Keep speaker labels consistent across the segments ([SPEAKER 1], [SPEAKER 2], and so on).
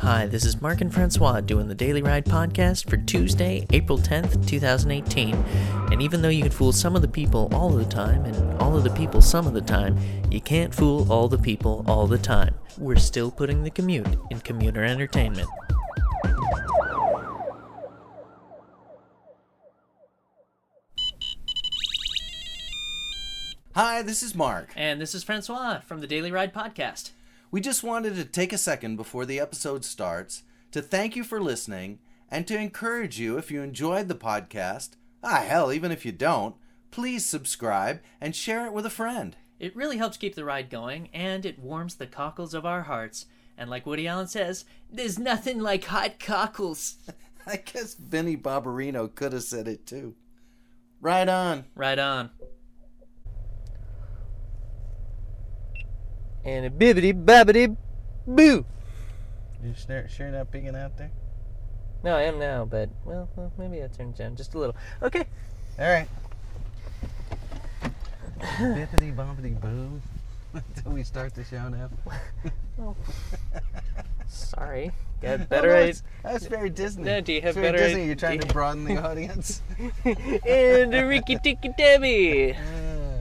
[SPEAKER 1] Hi, this is Mark and Francois doing the Daily Ride podcast for Tuesday, April 10th, 2018. And even though you can fool some of the people all of the time and all of the people some of the time, you can't fool all the people all the time. We're still putting the commute in commuter entertainment.
[SPEAKER 2] Hi, this is Mark.
[SPEAKER 1] And this is Francois from the Daily Ride podcast.
[SPEAKER 2] We just wanted to take a second before the episode starts to thank you for listening and to encourage you if you enjoyed the podcast, ah, hell, even if you don't, please subscribe and share it with a friend.
[SPEAKER 1] It really helps keep the ride going and it warms the cockles of our hearts. And like Woody Allen says, there's nothing like hot cockles.
[SPEAKER 2] I guess Vinnie Barbarino could have said it too. Right on.
[SPEAKER 1] Right on.
[SPEAKER 3] and a bibbity babbity boo.
[SPEAKER 4] You sure, sure not picking out there?
[SPEAKER 3] No, I am now, but well, well maybe I turned down just a little. Okay.
[SPEAKER 4] All right. Bippity boppity boo. Until we start the show now.
[SPEAKER 3] Sorry. Got
[SPEAKER 4] Oh,
[SPEAKER 3] better
[SPEAKER 4] no,
[SPEAKER 3] ideas.
[SPEAKER 4] that's, that's very Disney.
[SPEAKER 3] No, do you have
[SPEAKER 4] It's very
[SPEAKER 3] better
[SPEAKER 4] Disney. You're trying
[SPEAKER 3] idea-
[SPEAKER 4] to broaden the audience.
[SPEAKER 3] and a ricky tikki tabby.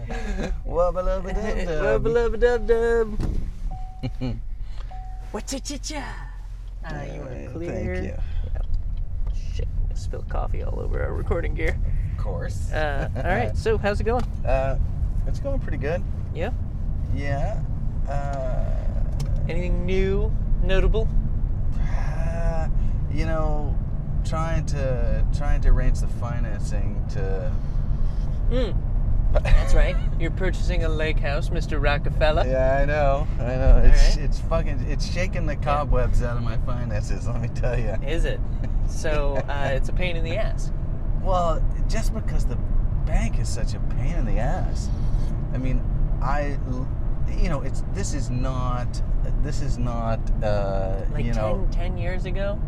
[SPEAKER 4] Wubba lubba dub
[SPEAKER 3] Rub a lub dub
[SPEAKER 4] dub.
[SPEAKER 3] dub. What's it, cha cha? Ah, you were
[SPEAKER 4] Thank
[SPEAKER 3] clear.
[SPEAKER 4] you.
[SPEAKER 3] Shit, I spilled coffee all over our recording gear.
[SPEAKER 4] Of course.
[SPEAKER 3] Uh, all right, so how's it going?
[SPEAKER 4] Uh, it's going pretty good.
[SPEAKER 3] Yeah.
[SPEAKER 4] Yeah. Uh,
[SPEAKER 3] Anything new, notable?
[SPEAKER 4] Uh, you know, trying to trying to arrange the financing to.
[SPEAKER 3] Mm. That's right. You're purchasing a lake house, Mr. Rockefeller.
[SPEAKER 4] Yeah, I know, I know. It's
[SPEAKER 3] Alright.
[SPEAKER 4] it's fucking it's shaking the cobwebs out of my finances. Let me tell you.
[SPEAKER 3] Is it? So uh, it's a pain in the ass.
[SPEAKER 4] Well, just because the bank is such a pain in the ass. I mean, I, l- you know, it's this is not this is not uh,
[SPEAKER 3] Like
[SPEAKER 4] you
[SPEAKER 3] ten, ten
[SPEAKER 4] know.
[SPEAKER 3] 10, years ago,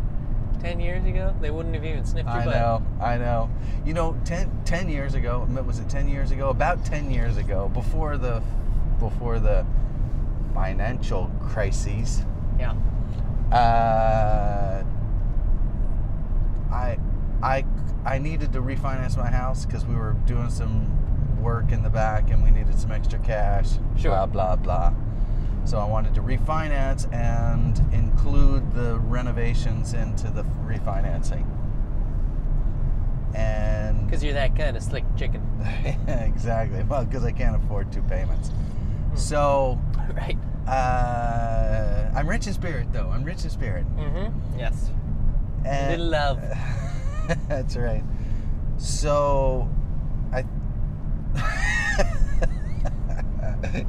[SPEAKER 3] 10 years ago, they wouldn't have even sniffed your
[SPEAKER 4] I
[SPEAKER 3] butt.
[SPEAKER 4] know, I know. You know, 10, 10 years ago, was it 10 years ago? About 10 years ago, before the before the financial crises,
[SPEAKER 3] Yeah.
[SPEAKER 4] uh, I I I needed to refinance my house cuz we were doing some work in the back and we needed some extra cash.
[SPEAKER 3] Sure.
[SPEAKER 4] Blah blah blah. So I wanted to refinance and include the renovations into the refinancing. And
[SPEAKER 3] Because you're that kind of slick chicken.
[SPEAKER 4] exactly. Well, because I can't afford two payments. So
[SPEAKER 3] right.
[SPEAKER 4] uh, I'm rich in spirit, though. I'm rich in spirit.
[SPEAKER 3] Mm-hmm. Yes.
[SPEAKER 4] And,
[SPEAKER 3] Little love.
[SPEAKER 4] that's right. So, I.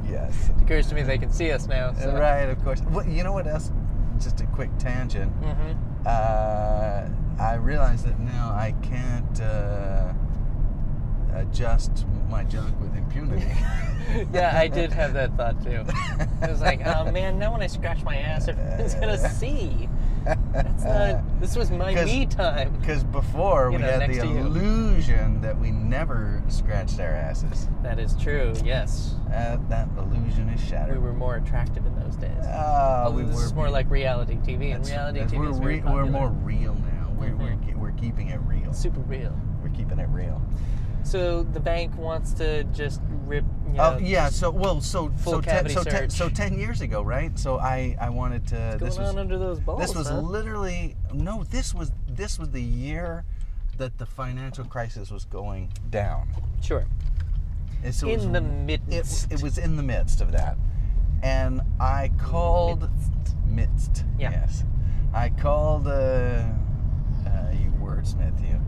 [SPEAKER 4] yes.
[SPEAKER 3] It occurs to me they can see us now. So.
[SPEAKER 4] Uh, Right, of course. Well, you know what else? Just a quick tangent.
[SPEAKER 3] Mm-hmm.
[SPEAKER 4] Uh, I realize that now I can't uh, adjust my junk with impunity.
[SPEAKER 3] Yeah, I did have that thought too. I was like, oh man, now when I scratch my ass, everyone's gonna see. That's
[SPEAKER 4] Uh,
[SPEAKER 3] not. This was my
[SPEAKER 4] 'Cause-
[SPEAKER 3] me time.
[SPEAKER 4] Because before
[SPEAKER 3] You
[SPEAKER 4] we
[SPEAKER 3] know,
[SPEAKER 4] had
[SPEAKER 3] next
[SPEAKER 4] the
[SPEAKER 3] to you.
[SPEAKER 4] illusion that we never scratched our asses.
[SPEAKER 3] That is true. Yes,
[SPEAKER 4] Uh, that illusion is
[SPEAKER 3] we
[SPEAKER 4] shattered.
[SPEAKER 3] were more attractive in those days.
[SPEAKER 4] Ah,
[SPEAKER 3] Although
[SPEAKER 4] we
[SPEAKER 3] Oh, this
[SPEAKER 4] were
[SPEAKER 3] is more like reality TV, and
[SPEAKER 4] that's-
[SPEAKER 3] reality
[SPEAKER 4] that's-
[SPEAKER 3] TV
[SPEAKER 4] we're,
[SPEAKER 3] is very
[SPEAKER 4] re- we're
[SPEAKER 3] popular.
[SPEAKER 4] more real now. We're,
[SPEAKER 3] Mhm.
[SPEAKER 4] we're, we're keeping it real.
[SPEAKER 3] super real.
[SPEAKER 4] We're keeping it real.
[SPEAKER 3] So the bank wants to just rip. You know,
[SPEAKER 4] Oh yeah.
[SPEAKER 3] just-
[SPEAKER 4] So well. So
[SPEAKER 3] full
[SPEAKER 4] so ten,
[SPEAKER 3] cavity
[SPEAKER 4] so ten,
[SPEAKER 3] search.
[SPEAKER 4] so ten years ago, right? So I I wanted to.
[SPEAKER 3] What's
[SPEAKER 4] this
[SPEAKER 3] going
[SPEAKER 4] was
[SPEAKER 3] on under those balls?
[SPEAKER 4] this was
[SPEAKER 3] huh?
[SPEAKER 4] literally no. This was this was the year that the financial crisis was going down.
[SPEAKER 3] sure
[SPEAKER 4] And so it
[SPEAKER 3] in
[SPEAKER 4] was
[SPEAKER 3] the
[SPEAKER 4] it,
[SPEAKER 3] midst.
[SPEAKER 4] it was in the midst of that and i called midst,
[SPEAKER 3] Yeah.
[SPEAKER 4] yes i called uh, uh you wordsmith you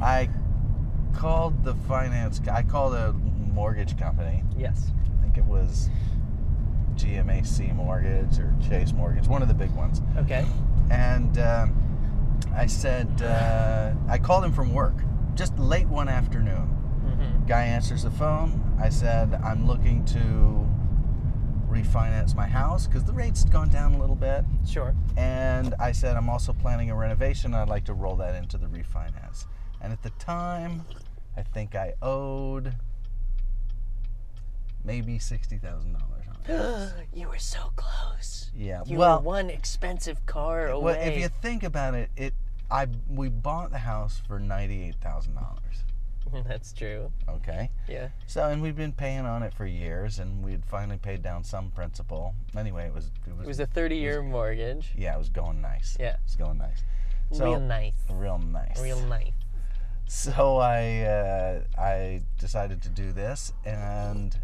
[SPEAKER 4] i called the finance co- i called a mortgage company
[SPEAKER 3] yes.
[SPEAKER 4] i think it was gmac mortgage or chase mortgage one of the big ones
[SPEAKER 3] Okay.
[SPEAKER 4] and um, i said uh, i called him from work just late one afternoon
[SPEAKER 3] Mm-hmm.
[SPEAKER 4] Guy answers the phone. I said, I'm looking to refinance my house because the rate's gone down a little bit.
[SPEAKER 3] Sure.
[SPEAKER 4] And I said, I'm also planning a renovation. I'd like to roll that into the refinance. And at the time, I think I owed maybe sixty thousand dollars on it.
[SPEAKER 3] you were so close.
[SPEAKER 4] Yeah,
[SPEAKER 3] You
[SPEAKER 4] well-
[SPEAKER 3] were one expensive car away.
[SPEAKER 4] Well, if you think about it, it I we bought the house for ninety eight thousand dollars.
[SPEAKER 3] That's true.
[SPEAKER 4] Okay.
[SPEAKER 3] Yeah.
[SPEAKER 4] So and we'd been paying on it for years, and we'd finally paid down some principal. Anyway, it was it was,
[SPEAKER 3] It was a 30 year mortgage.
[SPEAKER 4] yeah, it was going nice.
[SPEAKER 3] Yeah.
[SPEAKER 4] it's going nice. So
[SPEAKER 3] Real nice.
[SPEAKER 4] real nice.
[SPEAKER 3] Real nice.
[SPEAKER 4] So I uh, I decided to do this, and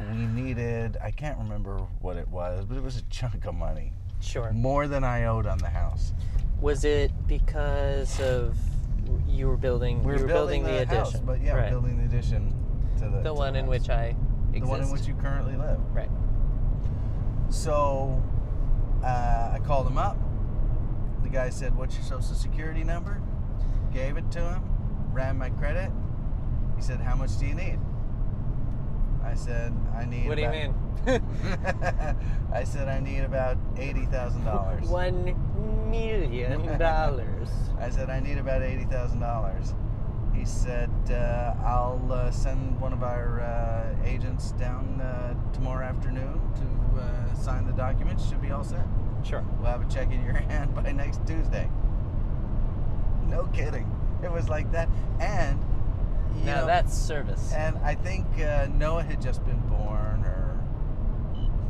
[SPEAKER 4] we needed I can't remember what it was, but it was a chunk of money,
[SPEAKER 3] Sure.
[SPEAKER 4] more than I owed on the house.
[SPEAKER 3] Was it because of you were building you were building, the,
[SPEAKER 4] house,
[SPEAKER 3] addition?
[SPEAKER 4] but yeah,
[SPEAKER 3] right.
[SPEAKER 4] building the addition to the to
[SPEAKER 3] the one in
[SPEAKER 4] house.
[SPEAKER 3] which I exist.
[SPEAKER 4] the one in which you currently live.
[SPEAKER 3] Right.
[SPEAKER 4] So uh, I called him up. The guy said, "What's your social security number?" Gave it to him. Ran my credit. He said, "How much do you need?" I said, "I need."
[SPEAKER 3] What do you mean?
[SPEAKER 4] mean? I said, "I need about eighty thousand dollars."
[SPEAKER 3] One million dollars.
[SPEAKER 4] I said, I need about $80,000. He said, uh, I'll uh, send one of our uh, agents down uh, tomorrow afternoon to uh, sign the documents. Should be all set.
[SPEAKER 3] Sure.
[SPEAKER 4] We'll have a check in your hand by next Tuesday. No kidding. It was like that. And, you
[SPEAKER 3] Now
[SPEAKER 4] know,
[SPEAKER 3] that's service.
[SPEAKER 4] and I think uh, Noah had just been born, or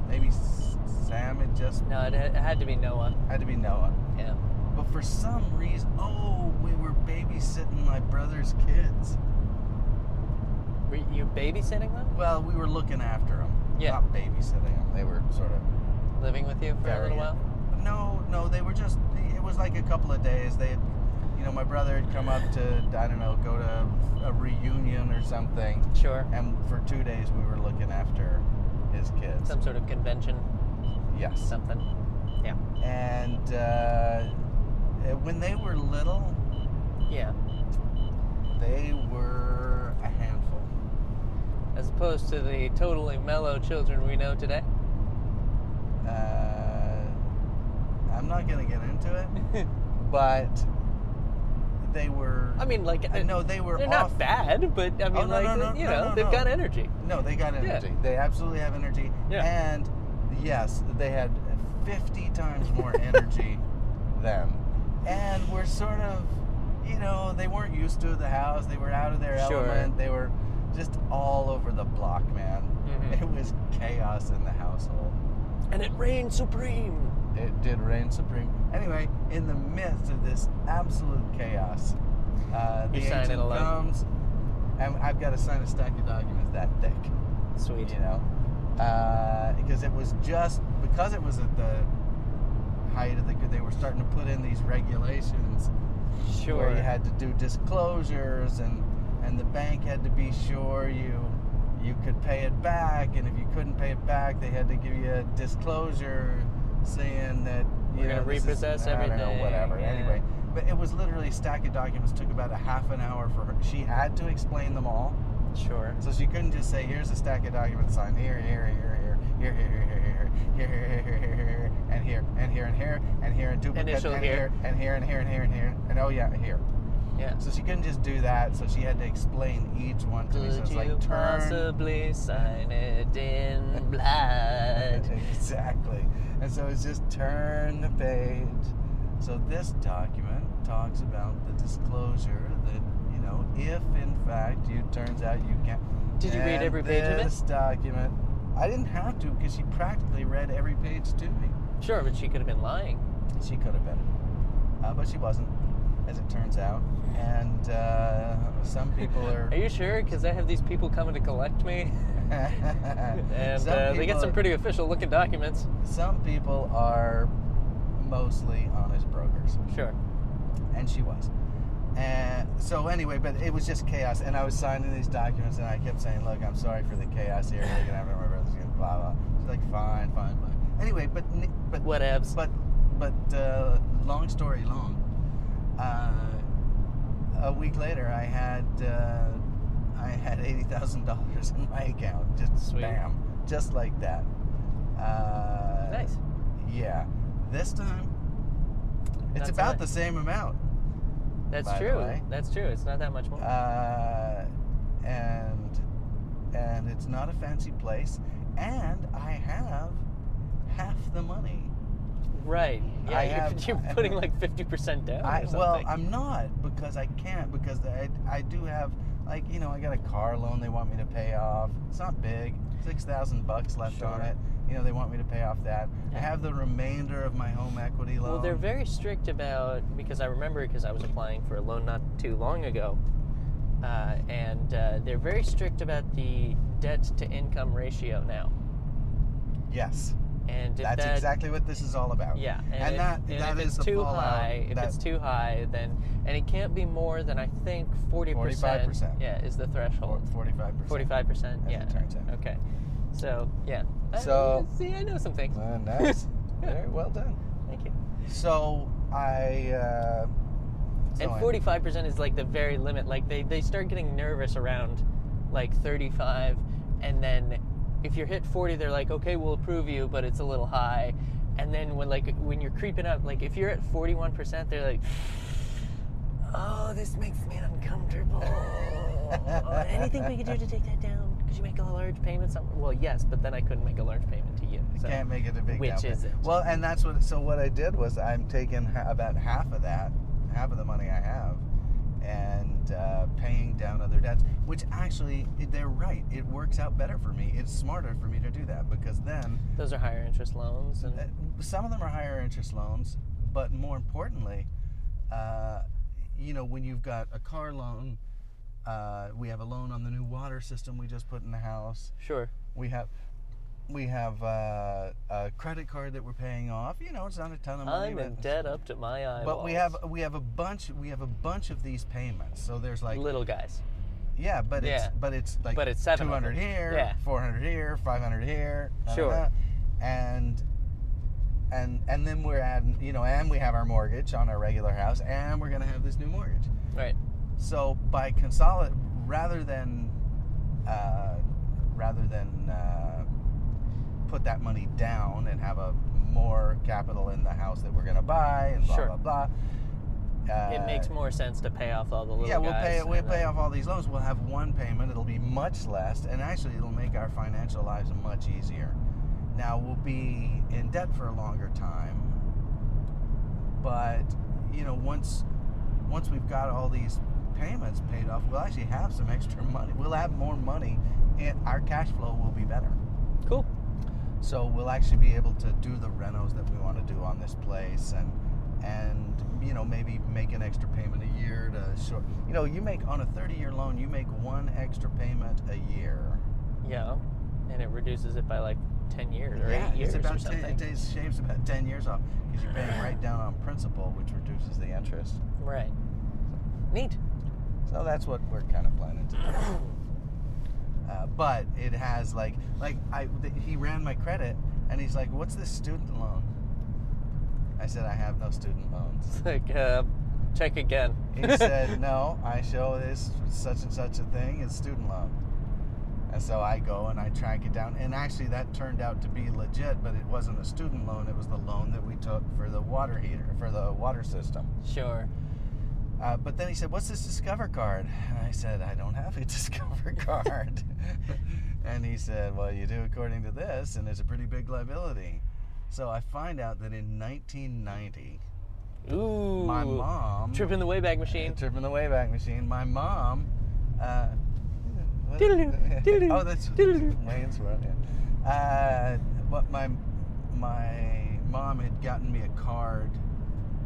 [SPEAKER 4] maybe S- Sam had just
[SPEAKER 3] No, it had it had to be Noah.
[SPEAKER 4] had to be Noah.
[SPEAKER 3] Yeah.
[SPEAKER 4] But for some reason, oh, we were babysitting my brother's kids.
[SPEAKER 3] Were you babysitting them?
[SPEAKER 4] Well, we were looking after them.
[SPEAKER 3] Yeah.
[SPEAKER 4] Not babysitting them. They were sort of.
[SPEAKER 3] Living with you for a
[SPEAKER 4] very-
[SPEAKER 3] little while?
[SPEAKER 4] No, no, they were just. It was like a couple of days. They had, you know, my brother had come up to, I don't know, go to a reunion or something.
[SPEAKER 3] Sure.
[SPEAKER 4] And for two days, we were looking after his kids.
[SPEAKER 3] Some sort of convention,
[SPEAKER 4] yes.
[SPEAKER 3] something. Yeah.
[SPEAKER 4] And uh, uh, when they were little,
[SPEAKER 3] Yeah.
[SPEAKER 4] they were a handful.
[SPEAKER 3] As opposed to the totally mellow children we know today.
[SPEAKER 4] uh, I'm not gonna get into it, but they were.
[SPEAKER 3] I mean, like, uh,
[SPEAKER 4] I know they were
[SPEAKER 3] they're
[SPEAKER 4] off.
[SPEAKER 3] not bad, but I mean,
[SPEAKER 4] no,
[SPEAKER 3] like,
[SPEAKER 4] no, no,
[SPEAKER 3] you
[SPEAKER 4] no,
[SPEAKER 3] know,
[SPEAKER 4] no,
[SPEAKER 3] they've
[SPEAKER 4] no.
[SPEAKER 3] got energy.
[SPEAKER 4] No, they got energy. They absolutely have energy.
[SPEAKER 3] Yeah.
[SPEAKER 4] And yes, they had 50 times more energy than. And we're sort of, you know, they weren't used to the house. They were out of their
[SPEAKER 3] Sure.
[SPEAKER 4] element. They were just all over the block, man.
[SPEAKER 3] Mhm.
[SPEAKER 4] It was chaos in the household.
[SPEAKER 3] And it reigned supreme.
[SPEAKER 4] it did reign supreme. Anyway, in the midst of this absolute chaos, uh, the
[SPEAKER 3] You're signing
[SPEAKER 4] agent
[SPEAKER 3] a leg.
[SPEAKER 4] comes, and I've got to sign a stack of documents that thick,
[SPEAKER 3] Sweet.
[SPEAKER 4] you know, uh, because it was just because it was at the height of the they were starting to put in these regulations
[SPEAKER 3] Sure.
[SPEAKER 4] where you had to do disclosures and and the bank had to be sure you you could pay it back and if you couldn't pay it back they had to give you a disclosure saying that you
[SPEAKER 3] We're
[SPEAKER 4] know,
[SPEAKER 3] gonna
[SPEAKER 4] this is-
[SPEAKER 3] repossess
[SPEAKER 4] I don't
[SPEAKER 3] everything,
[SPEAKER 4] know, whatever
[SPEAKER 3] yeah.
[SPEAKER 4] anyway but it was literally a stack of documents took about a half an hour for her she had to explain them all
[SPEAKER 3] Sure.
[SPEAKER 4] so she couldn't just say here's a stack of documents signed here here here here here here here here here here here here here here and here and here and here and here and duplicate
[SPEAKER 3] Initial
[SPEAKER 4] and
[SPEAKER 3] here.
[SPEAKER 4] here and here and here and here and here and oh yeah here
[SPEAKER 3] Yeah.
[SPEAKER 4] so she couldn't just do that, so she had to explain each one to me. So
[SPEAKER 3] Could
[SPEAKER 4] it's
[SPEAKER 3] you
[SPEAKER 4] like turn.
[SPEAKER 3] possibly sign it in blood?
[SPEAKER 4] exactly. And so it's just turn the page. So this document talks about the disclosure that, you know, if in fact you turns out you can't.
[SPEAKER 3] Did you read
[SPEAKER 4] And
[SPEAKER 3] every page of it?
[SPEAKER 4] This document. I didn't have to because she practically read every page to me.
[SPEAKER 3] sure, but she could have been lying.
[SPEAKER 4] She could have been, uh, but she wasn't, as it turns out. And uh, some people are.
[SPEAKER 3] Are you sure? Because I have these people coming to collect me, and
[SPEAKER 4] and
[SPEAKER 3] uh, they get some pretty official looking documents.
[SPEAKER 4] Some people are mostly honest brokers,
[SPEAKER 3] Sure.
[SPEAKER 4] and she was. And so anyway, but it was just chaos, and I was signing these documents, and I kept saying, "Look, I'm sorry for the chaos here. We're gonna have to remember this. Blah blah." She's like, "Fine, fine, fine." Anyway, but n- but
[SPEAKER 3] Whatevs.
[SPEAKER 4] but but uh, long story long. Uh, a week later, I had uh, I had eighty thousand dollars in my account. Just
[SPEAKER 3] Sweet.
[SPEAKER 4] bam, just like that. Uh,
[SPEAKER 3] nice.
[SPEAKER 4] Yeah. This time, it's
[SPEAKER 3] That's
[SPEAKER 4] about
[SPEAKER 3] nice.
[SPEAKER 4] the same amount.
[SPEAKER 3] That's
[SPEAKER 4] by the
[SPEAKER 3] true.
[SPEAKER 4] way.
[SPEAKER 3] That's true. It's not that much more.
[SPEAKER 4] Uh, and and it's not a fancy place, and I have half the money.
[SPEAKER 3] Right. Yeah,
[SPEAKER 4] I
[SPEAKER 3] you're,
[SPEAKER 4] have-
[SPEAKER 3] you're
[SPEAKER 4] I-
[SPEAKER 3] putting like 50% down.
[SPEAKER 4] I,
[SPEAKER 3] or something.
[SPEAKER 4] well, I'm not because I can't because I, I do have like you know I got a car loan they want me to pay off. It's not big, six thousand bucks left on
[SPEAKER 3] Sure.
[SPEAKER 4] it. You know they want me to pay off that. I
[SPEAKER 3] Yeah.
[SPEAKER 4] have the remainder of my home equity loan.
[SPEAKER 3] Well, they're very strict about because I remember because I was applying for a loan not too long ago, uh, and uh, they're very strict about the debt to income ratio now.
[SPEAKER 4] yes,
[SPEAKER 3] And if
[SPEAKER 4] that's
[SPEAKER 3] that,
[SPEAKER 4] exactly what this is all about.
[SPEAKER 3] yeah, and,
[SPEAKER 4] and
[SPEAKER 3] if,
[SPEAKER 4] that-
[SPEAKER 3] and
[SPEAKER 4] that
[SPEAKER 3] if
[SPEAKER 4] is
[SPEAKER 3] it's
[SPEAKER 4] the
[SPEAKER 3] too
[SPEAKER 4] fallout
[SPEAKER 3] high, if
[SPEAKER 4] that-
[SPEAKER 3] it's too high, then and it can't be more than I think forty
[SPEAKER 4] 45%.
[SPEAKER 3] Yeah, is the threshold.
[SPEAKER 4] forty-five percent.
[SPEAKER 3] Forty-five percent.
[SPEAKER 4] As it
[SPEAKER 3] Yeah.
[SPEAKER 4] turns out.
[SPEAKER 3] Okay. So yeah. I-
[SPEAKER 4] So-
[SPEAKER 3] see, I know some things.
[SPEAKER 4] Uh, nice. Very well done.
[SPEAKER 3] Thank you.
[SPEAKER 4] So I. Uh, so
[SPEAKER 3] and
[SPEAKER 4] I-
[SPEAKER 3] forty-five percent is like the very limit. Like they, they start getting nervous around like thirty-five, and then if you're hit forty, they're like, okay, we'll approve you, but it's a little high. And then when like when you're creeping up, like if you're at forty-one percent, they're like, oh, this makes me uncomfortable. Anything we could do to take that down? Could you make a large payment? Some- Well, yes, but then I couldn't make a large payment to you. So.
[SPEAKER 4] can't make it a big
[SPEAKER 3] which
[SPEAKER 4] down
[SPEAKER 3] is it?
[SPEAKER 4] payment. Well, and that's what. So what I did was I'm taking ha- about half of that, half of the money I have, and uh, paying down other debts. Which actually, they're right. It works out better for me. It's smarter for me to do that because then
[SPEAKER 3] Those are higher interest loans, and
[SPEAKER 4] uh, some of them are higher interest loans, but more importantly, uh, you know, when you've got a car loan, uh, we have a loan on the new water system we just put in the house.
[SPEAKER 3] sure,
[SPEAKER 4] We have we have uh, a credit card that we're paying off. You know, it's not a ton of money.
[SPEAKER 3] I'm in
[SPEAKER 4] but-
[SPEAKER 3] debt up to my eyeballs.
[SPEAKER 4] But we have we have a bunch we have a bunch of these payments. So there's like
[SPEAKER 3] little guys.
[SPEAKER 4] yeah, but it's
[SPEAKER 3] Yeah.
[SPEAKER 4] but it's like
[SPEAKER 3] But it's seven of
[SPEAKER 4] 200
[SPEAKER 3] them.
[SPEAKER 4] here,
[SPEAKER 3] Yeah.
[SPEAKER 4] 400 here, 500 here. da, da,
[SPEAKER 3] Sure.
[SPEAKER 4] da. And and and then we're adding, you know, and we have our mortgage on our regular house and we're going to have this new mortgage.
[SPEAKER 3] Right.
[SPEAKER 4] So by consolid, rather than uh, rather than uh, put that money down and have a more capital in the house that we're gonna buy and blah
[SPEAKER 3] Sure.
[SPEAKER 4] blah blah. Uh,
[SPEAKER 3] it makes more sense to pay off all the little
[SPEAKER 4] yeah, we'll pay
[SPEAKER 3] guys
[SPEAKER 4] we'll
[SPEAKER 3] and uh,
[SPEAKER 4] pay
[SPEAKER 3] then-
[SPEAKER 4] off all these loans. We'll have one payment. It'll be much less, and actually, it'll make our financial lives much easier. Now we'll be in debt for a longer time, but you know, once once we've got all these payments paid off, we'll actually have some extra money. We'll have more money, and our cash flow will be better.
[SPEAKER 3] Cool.
[SPEAKER 4] So we'll actually be able to do the renos that we want to do on this place and and you know maybe make an extra payment a year to short you know you make on a 30 year loan you make one extra payment a year
[SPEAKER 3] Yeah. And it reduces it by like 10 years or 8 years
[SPEAKER 4] it's about
[SPEAKER 3] or something.
[SPEAKER 4] 10 it takes- shaves about 10 years off because you're paying right down on principal which reduces the interest
[SPEAKER 3] Right. Neat.
[SPEAKER 4] so that's what we're kind of planning to do uh, but it has like like I th- he ran my credit and he's like what's this student loan I said I have no student loans
[SPEAKER 3] It's like, uh, check again.
[SPEAKER 4] he said, "No, I show this such and such a thing is student loan." And so I go and I track it down, and actually that turned out to be legit, but it wasn't a student loan; it was the loan that we took for the water heater for the water system.
[SPEAKER 3] sure.
[SPEAKER 4] Uh, but then he said, "What's this Discover card?" And I said, "I don't have a Discover card." and he said, "Well, you do according to this, and it's a pretty big liability." So I find out that in 1990,
[SPEAKER 3] Ooh.
[SPEAKER 4] my mom
[SPEAKER 3] Trip in the Wayback Machine.
[SPEAKER 4] Trip in the Wayback Machine. My mom. Uh, what-
[SPEAKER 3] Diddle-doo, diddle-doo,
[SPEAKER 4] oh, that's
[SPEAKER 3] diddle-doo.
[SPEAKER 4] Wayne's World. Yeah. Uh, but my my mom had gotten me a card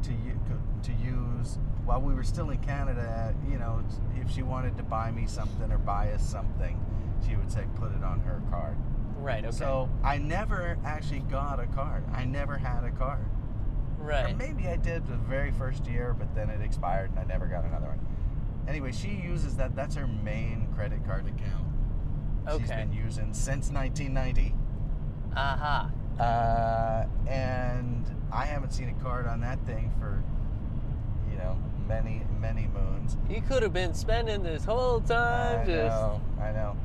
[SPEAKER 4] to u- to use while we were still in Canada. You know, if she wanted to buy me something or buy us something, she would say, "Put it on her card."
[SPEAKER 3] Right, okay.
[SPEAKER 4] So I never actually got a card. I never had a card. Or
[SPEAKER 3] right.
[SPEAKER 4] maybe I did the very first year, but then it expired and I never got another one. Anyway, she uses that. That's her main credit card account. She's
[SPEAKER 3] Okay.
[SPEAKER 4] been using since 1990.
[SPEAKER 3] Aha.
[SPEAKER 4] Uh, and I haven't seen a card on that thing for, you know, many, many moons.
[SPEAKER 3] You could have been spending this whole time
[SPEAKER 4] I
[SPEAKER 3] just
[SPEAKER 4] know. I know.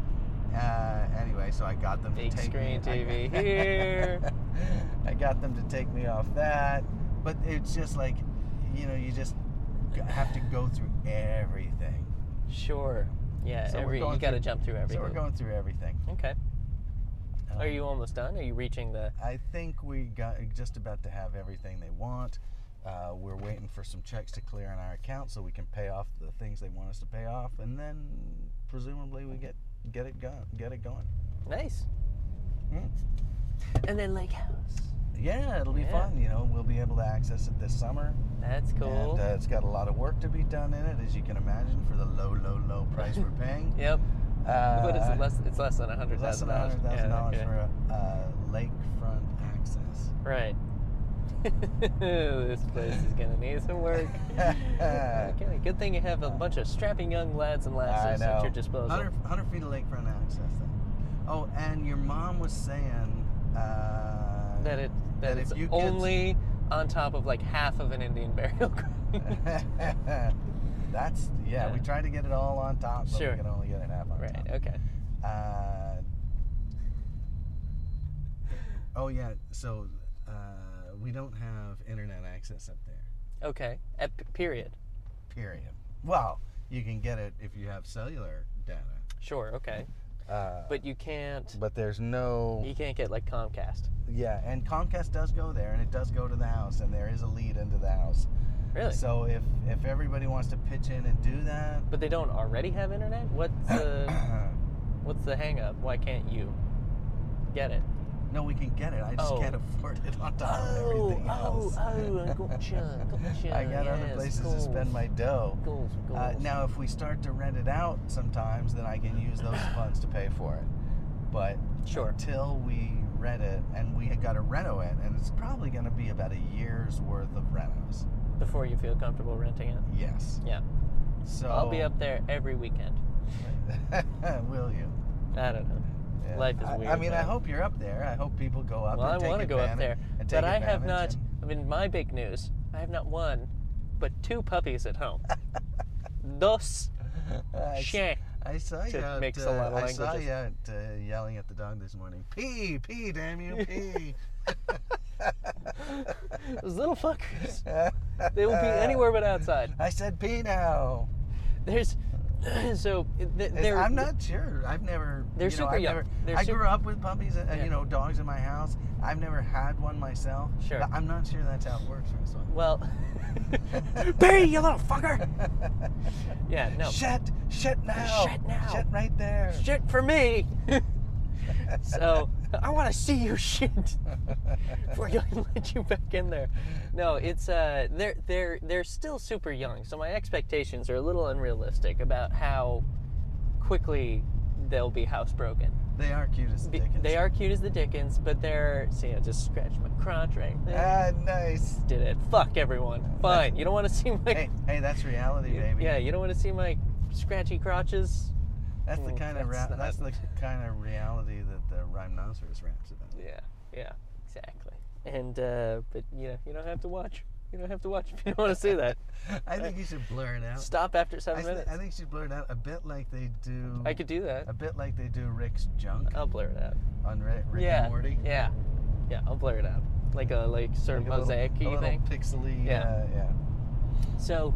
[SPEAKER 4] Uh, anyway, so I got them
[SPEAKER 3] Big
[SPEAKER 4] to take
[SPEAKER 3] screen
[SPEAKER 4] me, I-
[SPEAKER 3] TV here.
[SPEAKER 4] I got them to take me off that, but it's just like, you know, you just g- have to go through everything.
[SPEAKER 3] sure. Yeah,
[SPEAKER 4] So we're
[SPEAKER 3] every you
[SPEAKER 4] going
[SPEAKER 3] got to
[SPEAKER 4] through-
[SPEAKER 3] jump through
[SPEAKER 4] So
[SPEAKER 3] everything.
[SPEAKER 4] we're going through everything.
[SPEAKER 3] okay. Are
[SPEAKER 4] Um,
[SPEAKER 3] you almost done? Are you reaching the?
[SPEAKER 4] I think we got just about to have everything they want. Uh, we're waiting for some checks to clear in our account so we can pay off the things they want us to pay off, and then presumably we get get it going. Get it going.
[SPEAKER 3] Nice.
[SPEAKER 4] Hmm.
[SPEAKER 3] And then Lake House.
[SPEAKER 4] Yeah, it'll be
[SPEAKER 3] Yeah.
[SPEAKER 4] fun. You know, we'll be able to access it this summer,
[SPEAKER 3] That's cool.
[SPEAKER 4] and uh, it's got a lot of work to be done in it, as you can imagine, for the low, low, low price we're paying.
[SPEAKER 3] yep.
[SPEAKER 4] Uh,
[SPEAKER 3] what is it? Less? It's less than a hundred
[SPEAKER 4] Less
[SPEAKER 3] thousand
[SPEAKER 4] than
[SPEAKER 3] dollars.
[SPEAKER 4] hundred thousand dollars
[SPEAKER 3] okay.
[SPEAKER 4] for a uh, lakefront access.
[SPEAKER 3] Right. this place is gonna need some work. okay, good thing you have a bunch of strapping young lads and lasses
[SPEAKER 4] I know.
[SPEAKER 3] at your disposal.
[SPEAKER 4] 100, 100 feet of lakefront access thing. Oh, and your mom was saying uh,
[SPEAKER 3] That it that,
[SPEAKER 4] That if
[SPEAKER 3] it's
[SPEAKER 4] you kids-
[SPEAKER 3] only on top of like half of an Indian burial ground.
[SPEAKER 4] that's yeah, We
[SPEAKER 3] Yeah.
[SPEAKER 4] tried to get it all on top, but
[SPEAKER 3] Sure.
[SPEAKER 4] we can only get it half on
[SPEAKER 3] right.
[SPEAKER 4] top.
[SPEAKER 3] Okay.
[SPEAKER 4] Uh, oh yeah. So uh, we don't have internet access up there.
[SPEAKER 3] Okay. At p- period.
[SPEAKER 4] Period. Well, you can get it if you have cellular data.
[SPEAKER 3] Sure. Okay.
[SPEAKER 4] Uh,
[SPEAKER 3] But you can't.
[SPEAKER 4] but there's no
[SPEAKER 3] You can't get like Comcast.
[SPEAKER 4] Yeah, and Comcast does go there, and it does go to the house, and there is a lead into the house.
[SPEAKER 3] Really.
[SPEAKER 4] So if if everybody wants to pitch in and do that,
[SPEAKER 3] But they don't already have internet. What's the what's the hang up? Why can't you get it?
[SPEAKER 4] no, we can get it. I just
[SPEAKER 3] Oh.
[SPEAKER 4] can't afford it on top of everything else.
[SPEAKER 3] oh, gotcha, gotcha,
[SPEAKER 4] I got other
[SPEAKER 3] yes,
[SPEAKER 4] places to
[SPEAKER 3] goals,
[SPEAKER 4] spend my dough.
[SPEAKER 3] goals,
[SPEAKER 4] Uh,
[SPEAKER 3] goals.
[SPEAKER 4] now, if we start to rent it out sometimes, then I can use those funds to pay for it. But
[SPEAKER 3] sure.
[SPEAKER 4] until we rent it, and we got to reno it, and it's probably going to be about a year's worth of renos.
[SPEAKER 3] Before you feel comfortable renting it.
[SPEAKER 4] Yes.
[SPEAKER 3] Yeah.
[SPEAKER 4] So
[SPEAKER 3] I'll be up there every weekend.
[SPEAKER 4] Will you?
[SPEAKER 3] I don't know.
[SPEAKER 4] Yeah.
[SPEAKER 3] Life is
[SPEAKER 4] I,
[SPEAKER 3] weird.
[SPEAKER 4] I mean, I
[SPEAKER 3] man.
[SPEAKER 4] hope you're up there. I hope people go up.
[SPEAKER 3] Well, I
[SPEAKER 4] and
[SPEAKER 3] want to
[SPEAKER 4] take
[SPEAKER 3] go up
[SPEAKER 4] advantage-
[SPEAKER 3] there,
[SPEAKER 4] and take
[SPEAKER 3] but I have not.
[SPEAKER 4] advantage
[SPEAKER 3] I mean, my big news. I have not one, but two puppies at home. Dos
[SPEAKER 4] and- I, s-
[SPEAKER 3] shit.
[SPEAKER 4] I saw you.
[SPEAKER 3] It
[SPEAKER 4] Out,
[SPEAKER 3] makes a
[SPEAKER 4] uh,
[SPEAKER 3] lot of
[SPEAKER 4] I saw
[SPEAKER 3] languages.
[SPEAKER 4] you out, uh, yelling at the dog this morning. Pee, pee, damn you, pee.
[SPEAKER 3] Those little fuckers. They will be
[SPEAKER 4] Uh.
[SPEAKER 3] anywhere but outside.
[SPEAKER 4] I said pee now.
[SPEAKER 3] There's so th-
[SPEAKER 4] It's-
[SPEAKER 3] they're
[SPEAKER 4] I'm not sure. I've never.
[SPEAKER 3] They're
[SPEAKER 4] you know,
[SPEAKER 3] super
[SPEAKER 4] I've
[SPEAKER 3] young.
[SPEAKER 4] never-
[SPEAKER 3] They're
[SPEAKER 4] I
[SPEAKER 3] super-
[SPEAKER 4] grew up with puppies and uh,
[SPEAKER 3] Yeah.
[SPEAKER 4] you know dogs in my house. I've never had one myself.
[SPEAKER 3] Sure.
[SPEAKER 4] But I'm not sure that's how it works for this one.
[SPEAKER 3] well. Barry, you little fucker. yeah, no.
[SPEAKER 4] Shit, shit now.
[SPEAKER 3] Shit now.
[SPEAKER 4] Shit right there.
[SPEAKER 3] shit for me. so I want to see you shit before I let you back in there. No, it's uh, they're they're they're still super young, so my expectations are a little unrealistic about how quickly they'll be housebroken.
[SPEAKER 4] They are cute as
[SPEAKER 3] Be-
[SPEAKER 4] dickens.
[SPEAKER 3] They are cute as the dickens, but they're see, I just scratched my crotch right there.
[SPEAKER 4] Ah, nice.
[SPEAKER 3] Did it? Fuck everyone. Fine. You don't want to see my
[SPEAKER 4] Hey, hey, that's reality, baby.
[SPEAKER 3] yeah. You don't want to see my scratchy crotches.
[SPEAKER 4] That's the
[SPEAKER 3] Mm,
[SPEAKER 4] kind of ra-
[SPEAKER 3] that's
[SPEAKER 4] that's the kind of reality that the rhinoceros raps about.
[SPEAKER 3] Yeah, yeah, exactly. And uh, but you know, you don't have to watch. You don't have to watch if you don't want to see that.
[SPEAKER 4] I think you should blur it out.
[SPEAKER 3] Stop after
[SPEAKER 4] I,
[SPEAKER 3] seven
[SPEAKER 4] thi-
[SPEAKER 3] minutes.
[SPEAKER 4] I think you should blur it out a bit like they do.
[SPEAKER 3] I could do that.
[SPEAKER 4] a bit like they do Rick's junk
[SPEAKER 3] I'll blur it out.
[SPEAKER 4] on Rick, Rick
[SPEAKER 3] yeah.
[SPEAKER 4] and Morty.
[SPEAKER 3] Yeah, yeah. I'll blur it out. Like a like sort
[SPEAKER 4] Like
[SPEAKER 3] of mosaic
[SPEAKER 4] a little, a
[SPEAKER 3] thing.
[SPEAKER 4] little pixely.
[SPEAKER 3] Yeah.
[SPEAKER 4] uh, yeah.
[SPEAKER 3] So,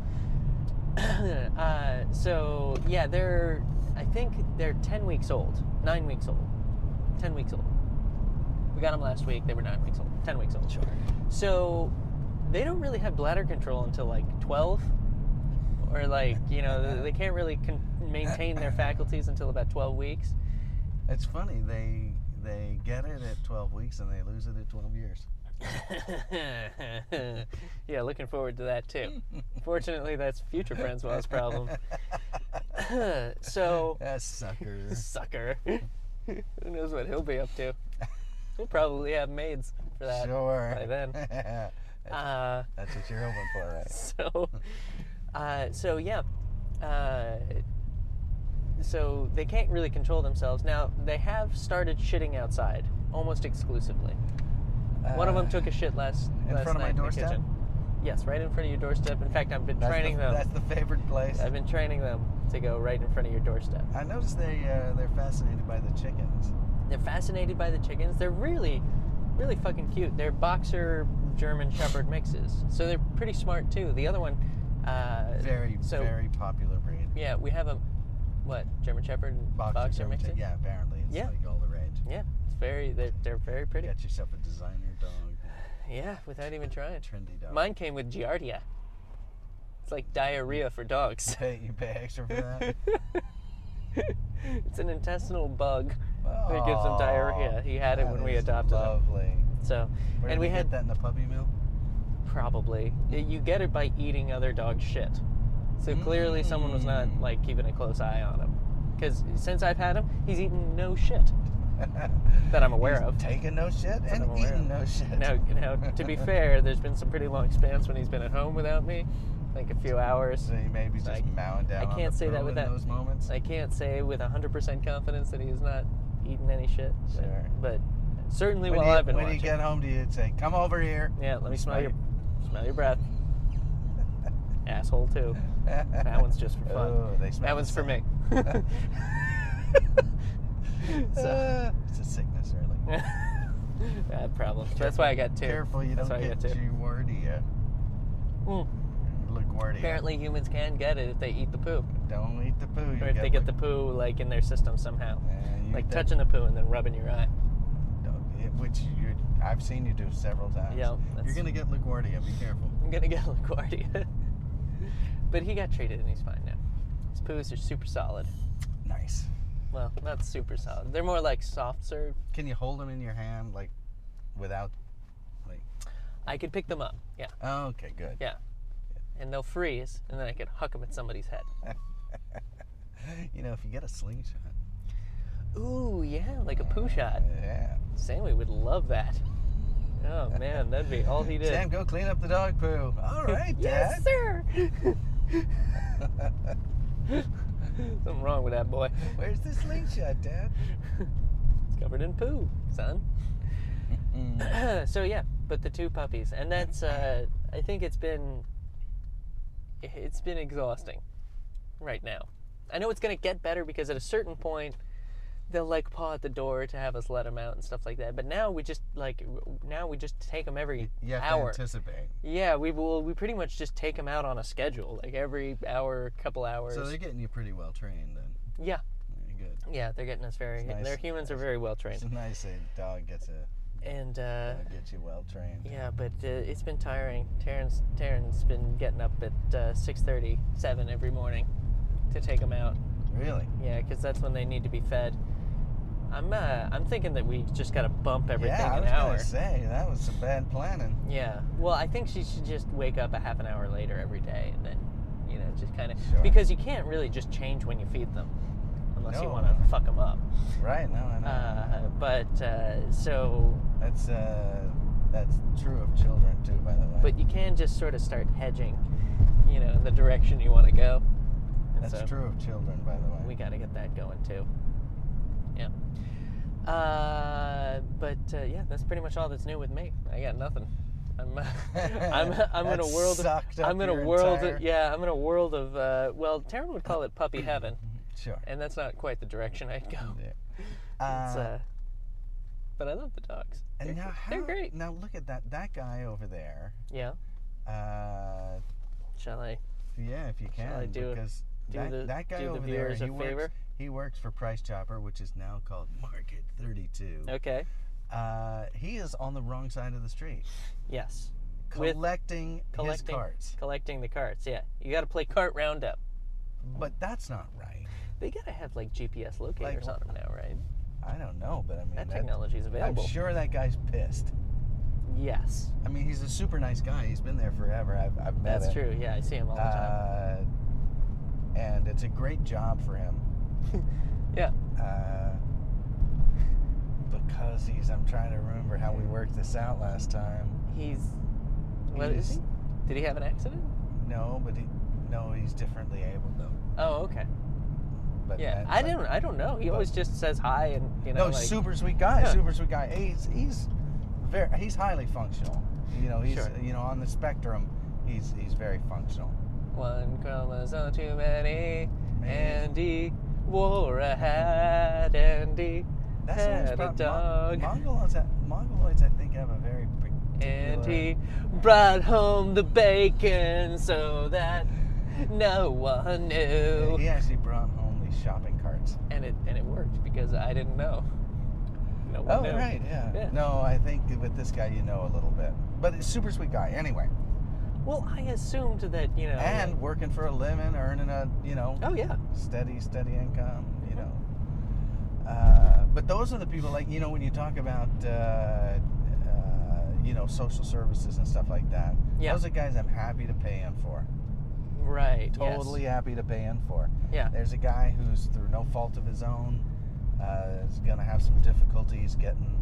[SPEAKER 3] uh, so yeah, they're. I think they're ten weeks old, nine weeks old, ten weeks old. We got them last week. They were nine weeks old, ten weeks old. Sure. So, they don't really have bladder control until like twelve, or like you know they- they can't really con- maintain their faculties until about twelve weeks.
[SPEAKER 4] It's funny they they get it at 12 weeks and they lose it at 12 years.
[SPEAKER 3] yeah, looking forward to that too. Fortunately, that's future Francois' problem. so.
[SPEAKER 4] Ah, sucker.
[SPEAKER 3] Sucker. Who knows what he'll be up to? He'll probably have maids for that
[SPEAKER 4] sure.
[SPEAKER 3] by then. Uh,
[SPEAKER 4] that's what you're hoping for, right?
[SPEAKER 3] so, uh, so yeah. Uh, so they can't really control themselves. Now they have started shitting outside almost exclusively. One of them took a shit last
[SPEAKER 4] Uh, in
[SPEAKER 3] last
[SPEAKER 4] front of
[SPEAKER 3] night
[SPEAKER 4] my
[SPEAKER 3] in the
[SPEAKER 4] doorstep?
[SPEAKER 3] kitchen. Yes, right in front of your doorstep. In fact, I've been
[SPEAKER 4] Uh, That's
[SPEAKER 3] training
[SPEAKER 4] the,
[SPEAKER 3] them.
[SPEAKER 4] That's the favorite place.
[SPEAKER 3] I've been training them to go right in front of your doorstep.
[SPEAKER 4] I noticed they uh, they're fascinated by the chickens.
[SPEAKER 3] They're fascinated by the chickens. They're really, really fucking cute. They're boxer German Shepherd mixes, so they're pretty smart too. The other one, uh,
[SPEAKER 4] Very
[SPEAKER 3] so
[SPEAKER 4] very popular breed.
[SPEAKER 3] yeah, we have a what German Shepherd and Boxer,
[SPEAKER 4] German
[SPEAKER 3] mix
[SPEAKER 4] Shep-
[SPEAKER 3] it?
[SPEAKER 4] Yeah, apparently it's
[SPEAKER 3] Yeah.
[SPEAKER 4] like all the rage.
[SPEAKER 3] Yeah, it's very they're, they're very pretty.
[SPEAKER 4] You got yourself a designer dog,
[SPEAKER 3] Yeah, without even trying.
[SPEAKER 4] trendy dog.
[SPEAKER 3] Mine came with giardia. It's like diarrhea for dogs.
[SPEAKER 4] Hey, you pay extra for that?
[SPEAKER 3] It's an intestinal bug that gives him diarrhea. He had it
[SPEAKER 4] That
[SPEAKER 3] when we
[SPEAKER 4] is
[SPEAKER 3] adopted him.
[SPEAKER 4] lovely.
[SPEAKER 3] So,
[SPEAKER 4] Where
[SPEAKER 3] and
[SPEAKER 4] did
[SPEAKER 3] we
[SPEAKER 4] they get
[SPEAKER 3] had
[SPEAKER 4] that in the puppy mill.
[SPEAKER 3] probably you get it by eating other dogs' shit. So clearly, someone was not
[SPEAKER 4] Mm.
[SPEAKER 3] like keeping a close eye on him. Because since I've had him, he's eaten no shit that I'm aware
[SPEAKER 4] He's
[SPEAKER 3] of.
[SPEAKER 4] Taking no shit and
[SPEAKER 3] I'm aware
[SPEAKER 4] eating
[SPEAKER 3] of.
[SPEAKER 4] no shit.
[SPEAKER 3] Now, now, to be fair, there's been some pretty long spans when he's been at home without me, like a few hours.
[SPEAKER 4] So you maybe just
[SPEAKER 3] I-
[SPEAKER 4] mowing down.
[SPEAKER 3] I
[SPEAKER 4] on
[SPEAKER 3] can't
[SPEAKER 4] the
[SPEAKER 3] say that
[SPEAKER 4] poo
[SPEAKER 3] with
[SPEAKER 4] in
[SPEAKER 3] that-
[SPEAKER 4] those moments.
[SPEAKER 3] I can't say with 100% confidence that he's not eating any shit. but-
[SPEAKER 4] Sure.
[SPEAKER 3] But certainly
[SPEAKER 4] when
[SPEAKER 3] while
[SPEAKER 4] do you,
[SPEAKER 3] I've been
[SPEAKER 4] when
[SPEAKER 3] watching.
[SPEAKER 4] you get home, do you say, "Come over here"?
[SPEAKER 3] yeah, let me smell
[SPEAKER 4] smell
[SPEAKER 3] your smell your breath. Asshole too. That
[SPEAKER 4] that
[SPEAKER 3] one's just for fun.
[SPEAKER 4] Oh, they smell
[SPEAKER 3] that one's
[SPEAKER 4] the
[SPEAKER 3] for me. so,
[SPEAKER 4] Uh, it's a sickness, really.
[SPEAKER 3] that problem. That's why I got two.
[SPEAKER 4] Careful, you
[SPEAKER 3] That's
[SPEAKER 4] don't
[SPEAKER 3] why I
[SPEAKER 4] get
[SPEAKER 3] got two.
[SPEAKER 4] too wordy. uh,
[SPEAKER 3] Mm.
[SPEAKER 4] You look wordy.
[SPEAKER 3] Apparently, humans can get it if they eat the poo,
[SPEAKER 4] Don't eat the poo. You
[SPEAKER 3] or if they get the poo like in their system somehow, like
[SPEAKER 4] touching.
[SPEAKER 3] touching the poo and then rubbing your eye.
[SPEAKER 4] It- which you I've seen you do several times.
[SPEAKER 3] Yeah, that's-
[SPEAKER 4] You're gonna get LaGuardia. Be careful.
[SPEAKER 3] I'm gonna get LaGuardia. but he got treated and he's fine now. His poos are super solid.
[SPEAKER 4] Nice.
[SPEAKER 3] Well, not super solid. They're more like soft serve.
[SPEAKER 4] Can you hold them in your hand like without?
[SPEAKER 3] I could pick them up, yeah,
[SPEAKER 4] Oh, okay, good.
[SPEAKER 3] yeah, and they'll freeze, and then I could huck them at somebody's head.
[SPEAKER 4] You know, if you get a slingshot.
[SPEAKER 3] Ooh, yeah, like a poo shot.
[SPEAKER 4] Yeah.
[SPEAKER 3] Sammy would love that. Oh man, that'd be all he did.
[SPEAKER 4] Sam, go clean up the dog poo. All right,
[SPEAKER 3] yes, sir.
[SPEAKER 4] Dad.
[SPEAKER 3] Something wrong with that boy.
[SPEAKER 4] Where's the slingshot, Dad?
[SPEAKER 3] It's covered in poo, son.
[SPEAKER 4] Mm.
[SPEAKER 3] so yeah, but the two puppies, and that's uh, I think it's been it's been exhausting right now. I know it's gonna get better because at a certain point they'll like paw at the door to have us let them out and stuff like that. But now we just like w- now we just take them every
[SPEAKER 4] You have
[SPEAKER 3] hour.
[SPEAKER 4] to anticipate.
[SPEAKER 3] yeah, we will. We pretty much just take them out on a schedule, like every hour, couple hours.
[SPEAKER 4] So they're getting you pretty well trained then.
[SPEAKER 3] yeah,
[SPEAKER 4] Very good.
[SPEAKER 3] yeah, they're getting us very.
[SPEAKER 4] It's nice-
[SPEAKER 3] Their humans are very well
[SPEAKER 4] It's
[SPEAKER 3] trained,
[SPEAKER 4] nice that a dog gets a
[SPEAKER 3] and uh,
[SPEAKER 4] uh, gets you well trained.
[SPEAKER 3] Yeah, but uh, it's been tiring. Taryn's Taryn's been getting up at uh, 6:30, 7 every morning to take them out.
[SPEAKER 4] Really?
[SPEAKER 3] Yeah, because that's when they need to be fed. I'm uh, I'm thinking that we just gotta bump everything
[SPEAKER 4] yeah, I
[SPEAKER 3] an
[SPEAKER 4] was
[SPEAKER 3] hour.
[SPEAKER 4] gonna say that was some bad planning.
[SPEAKER 3] Yeah. Well, I think she should just wake up a half an hour later every day, and then you know just kind of
[SPEAKER 4] Sure.
[SPEAKER 3] because you can't really just change when you feed them unless you
[SPEAKER 4] No.
[SPEAKER 3] want to fuck them up.
[SPEAKER 4] Right? No, I know.
[SPEAKER 3] Uh, but uh, so
[SPEAKER 4] That's uh, that's true of children too, by the way.
[SPEAKER 3] but you can just sort of start hedging, you know, in the direction you want to go. And
[SPEAKER 4] that's
[SPEAKER 3] so
[SPEAKER 4] true of children, by the way.
[SPEAKER 3] We got to get that going too. Yeah. Uh, but uh, yeah, that's pretty much all that's new with me. I got nothing. I'm, uh, I'm, I'm in
[SPEAKER 4] That
[SPEAKER 3] a world. Of,
[SPEAKER 4] sucked up
[SPEAKER 3] I'm in a
[SPEAKER 4] your
[SPEAKER 3] world.
[SPEAKER 4] entire-
[SPEAKER 3] Of, yeah, I'm in a world of. Uh, well, Taryn would call it puppy heaven,
[SPEAKER 4] sure.
[SPEAKER 3] and that's not quite the direction I'd go.
[SPEAKER 4] Yeah.
[SPEAKER 3] It's,
[SPEAKER 4] Uh,
[SPEAKER 3] uh, but I love the dogs.
[SPEAKER 4] and now how,
[SPEAKER 3] they're great.
[SPEAKER 4] Now look at that that guy over there.
[SPEAKER 3] Yeah.
[SPEAKER 4] Uh,
[SPEAKER 3] Shall I
[SPEAKER 4] yeah, if you can,
[SPEAKER 3] I do-
[SPEAKER 4] because
[SPEAKER 3] do
[SPEAKER 4] that,
[SPEAKER 3] the
[SPEAKER 4] that guy
[SPEAKER 3] do the
[SPEAKER 4] over there,
[SPEAKER 3] viewers
[SPEAKER 4] he
[SPEAKER 3] a
[SPEAKER 4] works.
[SPEAKER 3] favor?
[SPEAKER 4] He works for Price Chopper, which is now called Market Thirty Two.
[SPEAKER 3] Okay.
[SPEAKER 4] Uh, he is on the wrong side of the street,
[SPEAKER 3] Yes. With-
[SPEAKER 4] collecting,
[SPEAKER 3] collecting-
[SPEAKER 4] his carts.
[SPEAKER 3] Collecting the carts. Yeah. You got to play cart roundup.
[SPEAKER 4] But that's not right.
[SPEAKER 3] They gotta have like GPS locators
[SPEAKER 4] Like-
[SPEAKER 3] on them now, right?
[SPEAKER 4] I don't know, but I mean,
[SPEAKER 3] That
[SPEAKER 4] that-
[SPEAKER 3] technology is
[SPEAKER 4] I'm
[SPEAKER 3] available.
[SPEAKER 4] sure that guy's pissed.
[SPEAKER 3] Yes,
[SPEAKER 4] I mean, he's a super nice guy. He's been there forever. I've, I've met
[SPEAKER 3] that's
[SPEAKER 4] him.
[SPEAKER 3] true. Yeah, I see them all the time.
[SPEAKER 4] Uh, and it's a great job for him.
[SPEAKER 3] Yeah.
[SPEAKER 4] Uh, because he's, I'm trying to remember how we worked this out last time.
[SPEAKER 3] He's what is
[SPEAKER 4] he's-
[SPEAKER 3] he? Did he have an accident?
[SPEAKER 4] No, but he, no, he's differently able though.
[SPEAKER 3] Oh, okay.
[SPEAKER 4] But
[SPEAKER 3] Yeah,
[SPEAKER 4] that-
[SPEAKER 3] I
[SPEAKER 4] but-
[SPEAKER 3] don't. I don't know. He
[SPEAKER 4] but-
[SPEAKER 3] always just says hi and you know.
[SPEAKER 4] no,
[SPEAKER 3] like,
[SPEAKER 4] super sweet guy.
[SPEAKER 3] Yeah.
[SPEAKER 4] Super sweet guy. He's he's very he's highly functional. You know, he's
[SPEAKER 3] Sure.
[SPEAKER 4] you know on the spectrum, he's he's very functional.
[SPEAKER 3] One chromosome too many. Andy wore a hat. Andy
[SPEAKER 4] That's
[SPEAKER 3] had a
[SPEAKER 4] the
[SPEAKER 3] dog.
[SPEAKER 4] Mongoloids, ha- Mongoloids, I think, have a very
[SPEAKER 3] And
[SPEAKER 4] particular-
[SPEAKER 3] he brought home the bacon so that no one knew.
[SPEAKER 4] He actually brought home these shopping carts.
[SPEAKER 3] and it and it worked because I didn't know. No one
[SPEAKER 4] Oh,
[SPEAKER 3] knew.
[SPEAKER 4] right, yeah.
[SPEAKER 3] Yeah.
[SPEAKER 4] No, I think with this guy you know a little bit. But he's a super sweet guy anyway.
[SPEAKER 3] Well, I assumed that you know.
[SPEAKER 4] and working for a living, earning a, you know,
[SPEAKER 3] oh yeah,
[SPEAKER 4] steady, steady income, you know. Uh, but those are the people, like, you know, when you talk about, uh, uh, you know, social services and stuff like that,
[SPEAKER 3] Yeah.
[SPEAKER 4] those are guys I'm happy to pay in for.
[SPEAKER 3] right. yes.
[SPEAKER 4] Totally happy to pay in for.
[SPEAKER 3] Yeah.
[SPEAKER 4] There's a guy who's, through no fault of his own, uh, is going to have some difficulties getting,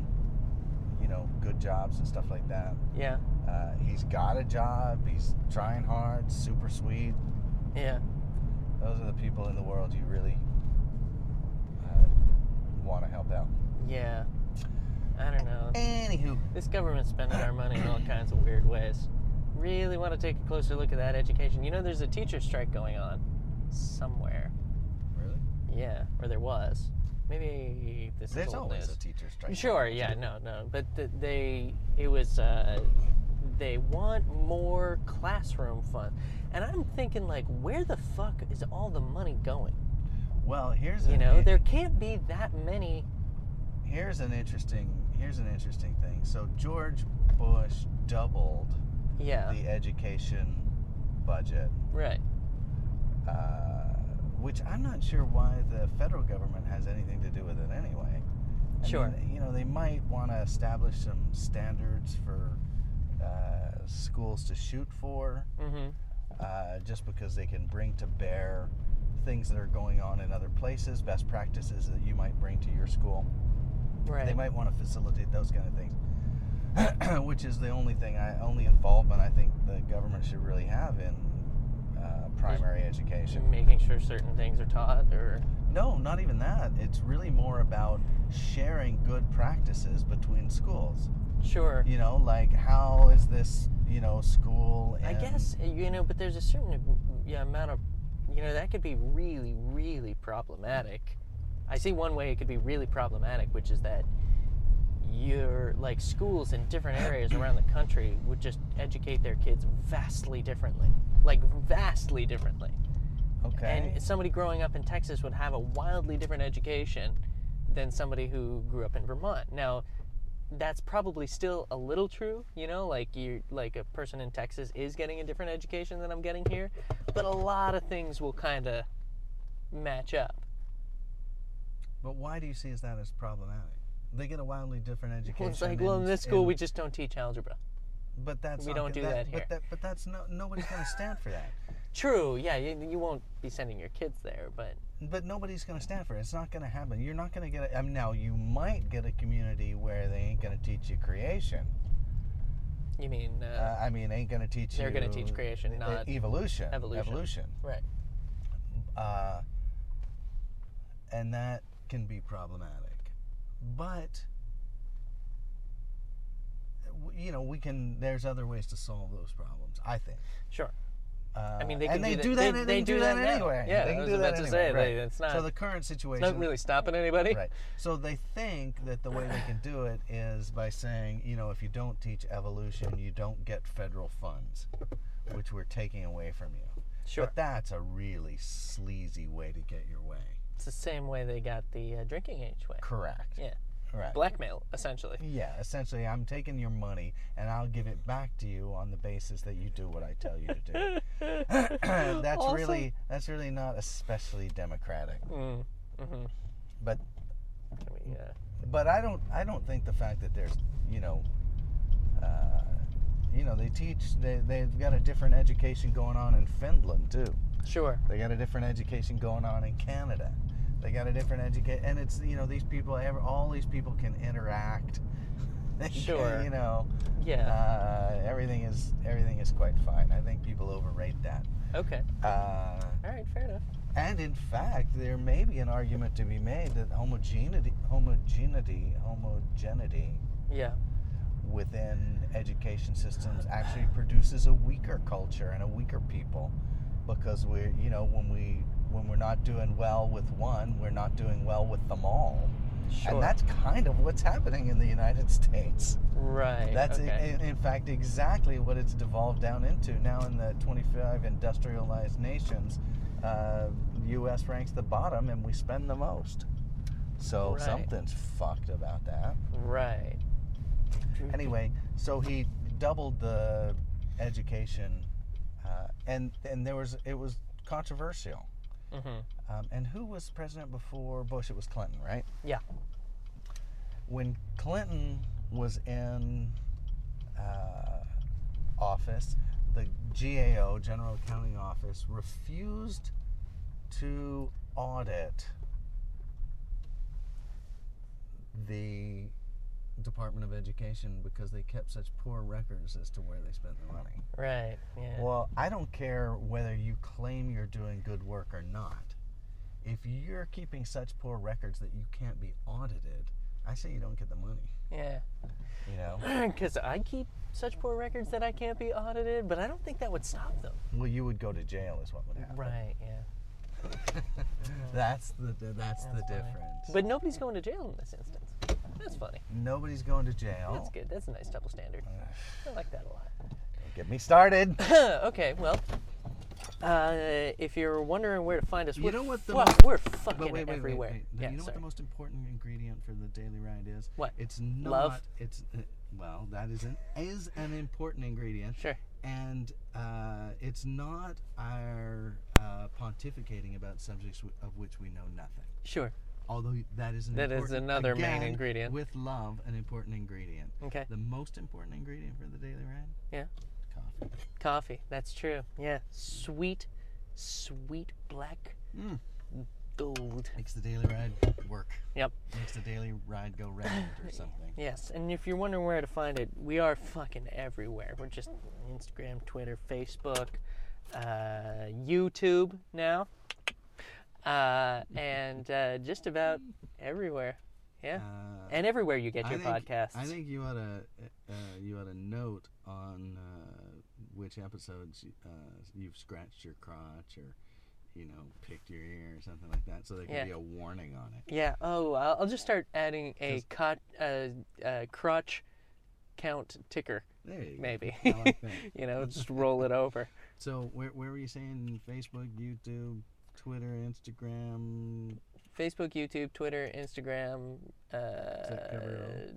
[SPEAKER 4] you know, good jobs and stuff like that.
[SPEAKER 3] Yeah.
[SPEAKER 4] Uh, he's got a job, he's trying hard, super sweet.
[SPEAKER 3] Yeah.
[SPEAKER 4] Those are the people in the world you really uh, want to help out.
[SPEAKER 3] Yeah. I don't know.
[SPEAKER 4] Anywho,
[SPEAKER 3] This government's spending our money in all kinds of weird ways. Really want to take a closer look at that education. You know, there's a teacher strike going on somewhere.
[SPEAKER 4] really?
[SPEAKER 3] Yeah, or there was. Maybe this
[SPEAKER 4] There's
[SPEAKER 3] is old
[SPEAKER 4] always
[SPEAKER 3] news.
[SPEAKER 4] a teacher strike.
[SPEAKER 3] Sure. Yeah. No. No. But th- they, it was, uh, they want more classroom fun, and I'm thinking like, where the fuck is all the money going?
[SPEAKER 4] Well, here's
[SPEAKER 3] You
[SPEAKER 4] an,
[SPEAKER 3] know,
[SPEAKER 4] in-
[SPEAKER 3] there can't be that many.
[SPEAKER 4] here's an interesting here's an interesting thing. So George Bush doubled
[SPEAKER 3] Yeah.
[SPEAKER 4] the education budget,
[SPEAKER 3] Right.
[SPEAKER 4] uh, which I'm not sure why the federal government has anything to do with it anyway. I
[SPEAKER 3] Sure.
[SPEAKER 4] mean, you know, they might want to establish some standards for uh, schools to shoot for,
[SPEAKER 3] Mm-hmm.
[SPEAKER 4] uh, just because they can bring to bear things that are going on in other places, best practices that you might bring to your school.
[SPEAKER 3] Right.
[SPEAKER 4] They might want to facilitate those kind of things, which is the only thing I only involvement I think the government should really have in uh, primary education.
[SPEAKER 3] making sure certain things are taught, or
[SPEAKER 4] No, not even that. It's really more about sharing good practices between schools.
[SPEAKER 3] sure.
[SPEAKER 4] You know, like how is this, you know, school?
[SPEAKER 3] I
[SPEAKER 4] in-
[SPEAKER 3] guess you know, but there's a certain yeah, amount of you know that could be really, really problematic. I see one way it could be really problematic, which is that your like schools in different areas around the country would just educate their kids vastly differently, like vastly differently.
[SPEAKER 4] Okay.
[SPEAKER 3] And somebody growing up in Texas would have a wildly different education than somebody who grew up in Vermont. Now, that's probably still a little true, you know, like you like a person in Texas is getting a different education than I'm getting here, but a lot of things will kind of match up.
[SPEAKER 4] but why do you see as that as problematic? They get a wildly different education.
[SPEAKER 3] It's like, well, in this school
[SPEAKER 4] in-
[SPEAKER 3] we just don't teach algebra.
[SPEAKER 4] but that's
[SPEAKER 3] we
[SPEAKER 4] not
[SPEAKER 3] don't
[SPEAKER 4] good-
[SPEAKER 3] do that here.
[SPEAKER 4] But, that, but that's no, nobody's going to stand for that.
[SPEAKER 3] True, yeah, you, you won't be sending your kids there, but
[SPEAKER 4] But nobody's going to stand for it. It's not going to happen. You're not going to get. A, I mean, now you might get a community where they ain't going to teach you creation.
[SPEAKER 3] you mean uh,
[SPEAKER 4] Uh, I mean, ain't going to teach
[SPEAKER 3] they're
[SPEAKER 4] you.
[SPEAKER 3] going to teach creation,
[SPEAKER 4] e-
[SPEAKER 3] not
[SPEAKER 4] evolution.
[SPEAKER 3] evolution.
[SPEAKER 4] Evolution.
[SPEAKER 3] right.
[SPEAKER 4] uh, and that can be problematic. But w- you know, we can. There's other ways to solve those problems. I think.
[SPEAKER 3] Sure.
[SPEAKER 4] Uh,
[SPEAKER 3] mean, they can
[SPEAKER 4] and they
[SPEAKER 3] do
[SPEAKER 4] do
[SPEAKER 3] that-
[SPEAKER 4] that.
[SPEAKER 3] they-
[SPEAKER 4] and
[SPEAKER 3] they
[SPEAKER 4] they, can
[SPEAKER 3] do
[SPEAKER 4] do
[SPEAKER 3] that
[SPEAKER 4] that,
[SPEAKER 3] now.
[SPEAKER 4] anyway.
[SPEAKER 3] Yeah,
[SPEAKER 4] they
[SPEAKER 3] I
[SPEAKER 4] can
[SPEAKER 3] was
[SPEAKER 4] do that
[SPEAKER 3] about to
[SPEAKER 4] anyway,
[SPEAKER 3] say,
[SPEAKER 4] right.
[SPEAKER 3] they- it's
[SPEAKER 4] so
[SPEAKER 3] not-
[SPEAKER 4] the current situation.
[SPEAKER 3] It's not really stopping anybody.
[SPEAKER 4] Right. So they think that the way they can do it is by saying, you know, if you don't teach evolution, you don't get federal funds, which we're taking away from you.
[SPEAKER 3] Sure.
[SPEAKER 4] But that's a really sleazy way to get your way.
[SPEAKER 3] It's the same way they got the uh, drinking age way.
[SPEAKER 4] Correct.
[SPEAKER 3] Yeah.
[SPEAKER 4] Right.
[SPEAKER 3] Blackmail, essentially.
[SPEAKER 4] yeah, essentially, I'm taking your money and I'll give it back to you on the basis that you do what I tell you to do.
[SPEAKER 3] Mm,
[SPEAKER 4] that's
[SPEAKER 3] Awesome.
[SPEAKER 4] really that's really not especially democratic.
[SPEAKER 3] Mm. Mm-hmm.
[SPEAKER 4] But
[SPEAKER 3] Can we, uh,
[SPEAKER 4] but I don't I don't think the fact that there's you know uh, you know they teach they they've got a different education going on in Finland too.
[SPEAKER 3] sure.
[SPEAKER 4] They got a different education going on in Canada. They got a different education, and it's you know these people ever all these people can interact. They can,
[SPEAKER 3] Sure.
[SPEAKER 4] you know
[SPEAKER 3] Yeah.
[SPEAKER 4] uh, everything is everything is quite fine. I think people overrate that.
[SPEAKER 3] okay.
[SPEAKER 4] Uh,
[SPEAKER 3] All right. Fair enough.
[SPEAKER 4] and in fact, there may be an argument to be made that homogeneity, homogeneity, homogeneity
[SPEAKER 3] Yeah.
[SPEAKER 4] within education systems actually produces a weaker culture and a weaker people, because we're you know when we when we're not doing well with one, we're not doing well with them all,
[SPEAKER 3] Sure.
[SPEAKER 4] and that's kind of what's happening in the United States.
[SPEAKER 3] right.
[SPEAKER 4] That's i-
[SPEAKER 3] okay.
[SPEAKER 4] in, in fact exactly what it's devolved down into now in the 25 industrialized nations. uh, U.S. ranks the bottom, and we spend the most. So
[SPEAKER 3] Right.
[SPEAKER 4] something's fucked about that.
[SPEAKER 3] Right.
[SPEAKER 4] Anyway, so he doubled the education, uh, and and there was it was controversial.
[SPEAKER 3] Mm-hmm.
[SPEAKER 4] Um, and who was president before Bush? It was Clinton, right?
[SPEAKER 3] Yeah.
[SPEAKER 4] when Clinton was in uh, office, the GAO, General Accounting Office, refused to audit the Department of Education because they kept such poor records as to where they spent the money.
[SPEAKER 3] Right. Yeah.
[SPEAKER 4] Well, I don't care whether you claim you're doing good work or not. If you're keeping such poor records that you can't be audited, I say you don't get the money.
[SPEAKER 3] yeah.
[SPEAKER 4] You know?
[SPEAKER 3] Because I keep such poor records that I can't be audited, but I don't think that would stop them.
[SPEAKER 4] Well, you would go to jail, is what would happen.
[SPEAKER 3] Right. Yeah.
[SPEAKER 4] That's the that's, the
[SPEAKER 3] funny.
[SPEAKER 4] difference.
[SPEAKER 3] But nobody's going to jail in this instance. That's funny.
[SPEAKER 4] Nobody's going to jail.
[SPEAKER 3] That's good. That's a nice double standard. I like that a lot.
[SPEAKER 4] Don't get me started.
[SPEAKER 3] okay, well, uh, if you're wondering where to find us,
[SPEAKER 4] You
[SPEAKER 3] we're
[SPEAKER 4] know what the
[SPEAKER 3] fuck-
[SPEAKER 4] most-
[SPEAKER 3] we're fucking everywhere. Yeah,
[SPEAKER 4] you know what
[SPEAKER 3] sorry.
[SPEAKER 4] the most important ingredient for the daily ride is?
[SPEAKER 3] What?
[SPEAKER 4] It's not.
[SPEAKER 3] Love?
[SPEAKER 4] It's uh, well, that is an is an important ingredient.
[SPEAKER 3] Sure.
[SPEAKER 4] And uh, it's not our uh, pontificating about subjects w- of which we know nothing.
[SPEAKER 3] Sure.
[SPEAKER 4] Although that is an
[SPEAKER 3] That is
[SPEAKER 4] important-
[SPEAKER 3] another main
[SPEAKER 4] again,
[SPEAKER 3] ingredient.
[SPEAKER 4] With love, an important ingredient.
[SPEAKER 3] Okay.
[SPEAKER 4] The most important ingredient for the daily ride?
[SPEAKER 3] Yeah.
[SPEAKER 4] Coffee.
[SPEAKER 3] Coffee. That's true. Yeah. Sweet, sweet black
[SPEAKER 4] Mm.
[SPEAKER 3] gold.
[SPEAKER 4] Makes the daily ride work.
[SPEAKER 3] Yep.
[SPEAKER 4] Makes the daily ride go round or something.
[SPEAKER 3] Yes. And if you're wondering where to find it, we are fucking everywhere. We're just Instagram, Twitter, Facebook, uh, YouTube now, uh, and uh, just about everywhere. Yeah.
[SPEAKER 4] Uh,
[SPEAKER 3] and everywhere you get your
[SPEAKER 4] I think,
[SPEAKER 3] podcasts.
[SPEAKER 4] I think you ought to uh, you ought to note on uh, which episodes uh, you've scratched your crotch or you know picked your ear or something like that, so there can
[SPEAKER 3] Yeah.
[SPEAKER 4] be a warning on it.
[SPEAKER 3] Yeah. Oh, I'll I'll just start adding a cot, uh, uh, crotch count ticker,
[SPEAKER 4] There you go.
[SPEAKER 3] maybe.
[SPEAKER 4] I like that.
[SPEAKER 3] you know, just roll it over.
[SPEAKER 4] So where where were you saying? Facebook, YouTube, Twitter, Instagram.
[SPEAKER 3] Facebook, YouTube, Twitter, Instagram. Uh,
[SPEAKER 4] cover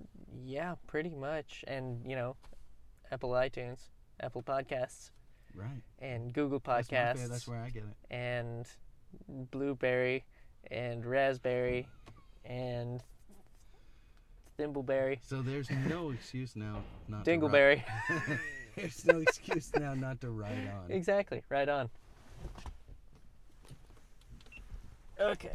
[SPEAKER 3] yeah, pretty much. And you know, Apple iTunes, Apple Podcasts,
[SPEAKER 4] Right.
[SPEAKER 3] and Google
[SPEAKER 4] That's my fa-
[SPEAKER 3] Podcasts,
[SPEAKER 4] That's where I get it.
[SPEAKER 3] and Blueberry, and Raspberry, and Thimbleberry,
[SPEAKER 4] So there's no excuse now not to ri-
[SPEAKER 3] Dingleberry.
[SPEAKER 4] There's no excuse now not to ride on.
[SPEAKER 3] Exactly. Right on. Okay.